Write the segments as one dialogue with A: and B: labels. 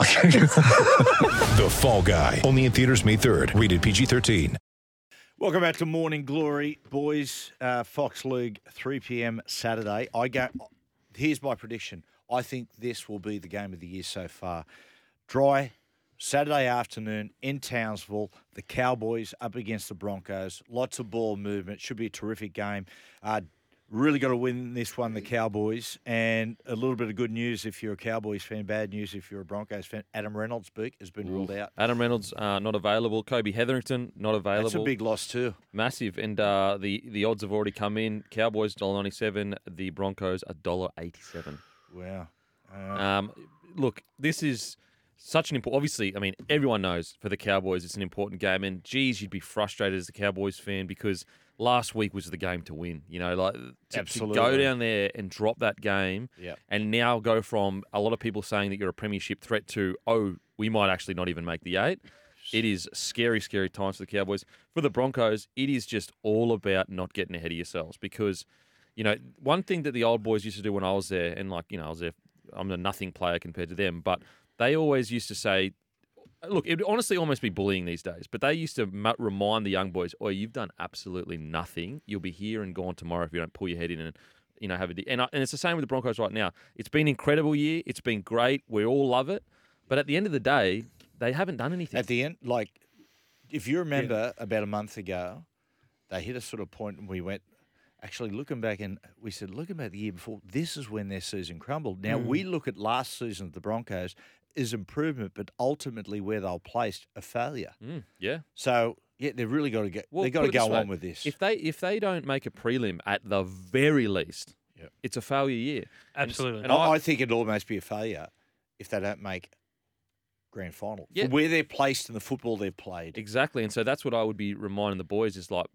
A: The Fall Guy. Only in theaters May 3rd. Rated PG 13.
B: Welcome back to Morning Glory, boys. Uh, Fox League, 3 p.m. Saturday. I go. Here's my prediction. I think this will be the game of the year so far. Dry Saturday afternoon in Townsville. The Cowboys up against the Broncos. Lots of ball movement. Should be a terrific game. Uh, really got to win this one, the Cowboys. And a little bit of good news if you're a Cowboys fan. Bad news if you're a Broncos fan. Adam Reynolds, Book, has been ruled out.
C: Adam Reynolds uh, not available. Kobe Hetherington not available.
B: That's a big loss too.
C: massive, and uh, the the odds have already come in. Cowboys dollar ninety seven. The Broncos a dollar eighty seven.
B: Wow.
C: Um, look, this is such an important. Obviously, I mean everyone knows for the Cowboys it's an important game, and geez, you'd be frustrated as a Cowboys fan because last week was the game to win. You know, like to- to, go
B: Absolutely.
C: down there and drop that game,
B: Yep.
C: and now go from a lot of people saying that you're a premiership threat to oh, we might actually not even make the eight. It is scary, scary times for the Cowboys. For the Broncos, it is just all about not getting ahead of yourselves because, you know, one thing that the old boys used to do when I was there, and like, you know, I was there, I'm a nothing player compared to them, but they always used to say, look, it would honestly almost be bullying these days, but they used to mu remind the young boys, oh, you've done absolutely nothing. You'll be here and gone tomorrow if you don't pull your head in and, you know, have a de-" And, I, and it's the same with the Broncos right now. It's been an incredible year. It's been great. We all love it. But at the end of the day, they haven't done anything.
B: At the end, like, if you remember about a month ago, they hit a sort of point and we went, actually, looking back, and we said, looking back the year before, this is when their season crumbled. Now, we
C: Mm.
B: look at last season of the Broncos is improvement, but ultimately where they'll placed a failure.
C: Mm, yeah.
B: So, yeah, they've really got to get,
C: Well,
B: they've got
C: put
B: to
C: it this
B: go on
C: way,
B: with this.
C: If they if they don't make a prelim at the very least, it's a failure year. And-
D: Absolutely.
C: And,
B: and I,
C: I,
B: I think it'd almost be a failure if they don't make grand final. For
C: Yeah.
B: where they're placed in the football they've played.
C: exactly. And so that's what I would be reminding the boys is like,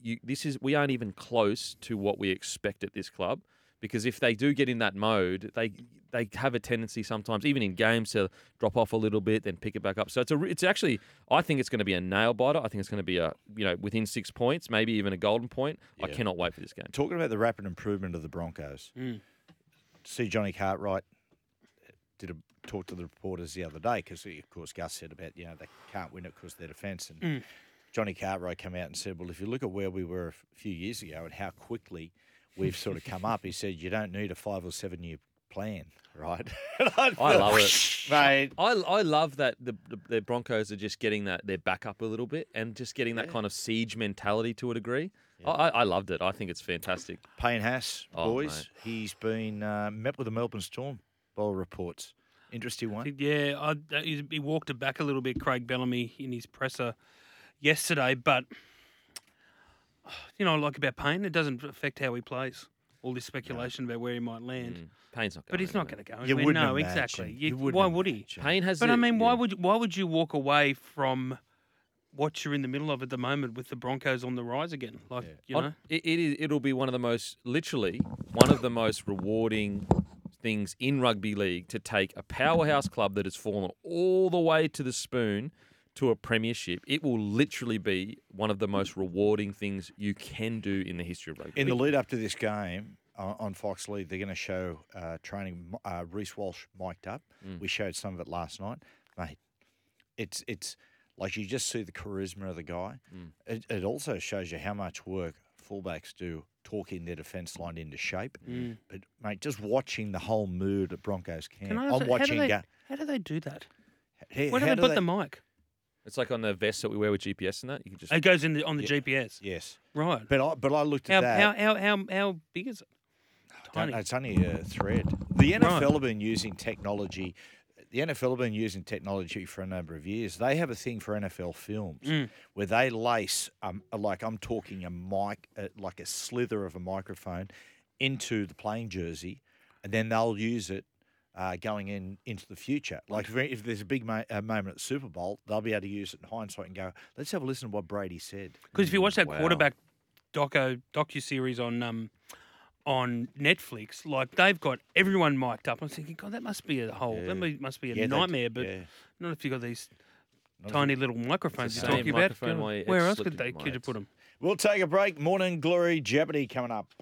C: you, this is we aren't even close to what we expect at this club. Because if they do get in that mode, they they have a tendency sometimes, even in games, to drop off a little bit, then pick it back up. So it's a, re- it's actually, I think it's going to be a nail biter. I think it's going to be a, you know, within six points, maybe even a golden point. I cannot wait for this game.
B: talking about the rapid improvement of the Broncos, see Johnny Cartwright uh, did a talk to the reporters the other day because, of course, Gus said about you know they can't win it because their defence and Johnny Cartwright came out and said, well, if you look at where we were a f- few years ago and how quickly we've sort of come up, he said you don't need a five or seven year plan, right? And
C: I
B: felt,
C: love it.
B: mate.
C: I, I love that the, the the Broncos are just getting that their back up a little bit and just getting that kind of siege mentality to a degree. I I, I loved it. I think it's fantastic.
B: Payne Haas,
C: Oh,
B: boys, he's been uh, met with the Melbourne Storm, by all reports. Interesting one.
D: Yeah, I, that is- he walked it back a little bit, Craig Bellamy, in his presser yesterday. But you know, like about Payne, it doesn't affect how he plays. All this speculation about where he might land,
C: Pain's not.
D: but
C: going
D: he's not
C: anywhere.
D: going to
B: Mm.
D: go.
B: You
D: anywhere.
B: wouldn't
D: no,
B: imagine.
D: exactly.
B: You
D: You-
B: wouldn't
D: why would he?
C: Payne has.
D: But
C: the-
D: I mean,
C: yeah.
D: why would why would you walk away from what you're in the middle of at the moment with the Broncos on the rise again? Like you
C: Hon-
D: know,
C: it, it is, it'll be one of the most, literally, one of the most rewarding things in rugby league to take a powerhouse club that has fallen all the way to the spoon to a premiership. It will literally be one of the most rewarding things you can do in the history of rugby.
B: In the
C: league.
B: lead up to this game on, on Fox League, they're going to show uh, training. Uh, Reese Walsh mic'd up. We showed some of it last night, mate. It's it's like you just see the charisma of the guy. It, it also shows you how much work fullbacks do talking their defence line into shape. But mate, just watching the whole mood at Broncos camp,
D: Mm. can I?
B: I'm
D: ask- how do
B: watching.
D: they?
B: go,
D: How do they do that?
B: "Hey,
D: Where do
B: how
D: they
B: do
D: put
B: they-"
D: the mic?
C: It's like on the vest that we wear with GPS and that. You can just
D: It goes in the, on the GPS,
B: Yes,
D: right?
B: but I but I looked at
D: How,
B: that.
D: how, how, how, how big is it?
B: Don't-
D: Tiny.
B: It's only a thread. The NFL
D: Right.
B: have been using technology. The NFL have been using technology for a number of years. They have a thing for NFL films
D: Mm.
B: where they lace, um, like I'm talking a mic, uh, like a slither of a microphone, into the playing jersey, and then they'll use it uh, going in into the future. Like if, if there's a big mo- uh, moment at the Super Bowl, they'll be able to use it in hindsight and go, "Let's have a listen to what Brady said."
D: Because if you watch that
C: Wow.
D: quarterback doco docu series on um on Netflix, like they've got everyone mic'd up. I'm thinking, God, that must be a whole that mu- must be a
B: Yeah, they-
D: nightmare. But
B: yeah.
D: not if you have got these tiny little microphones you're
C: same
D: talking about.
C: microphone my ex
D: Where else
C: slipped
D: could they
C: into my
D: could you
C: head.
D: put them?
B: We'll take a break. Morning Glory Jeopardy coming up.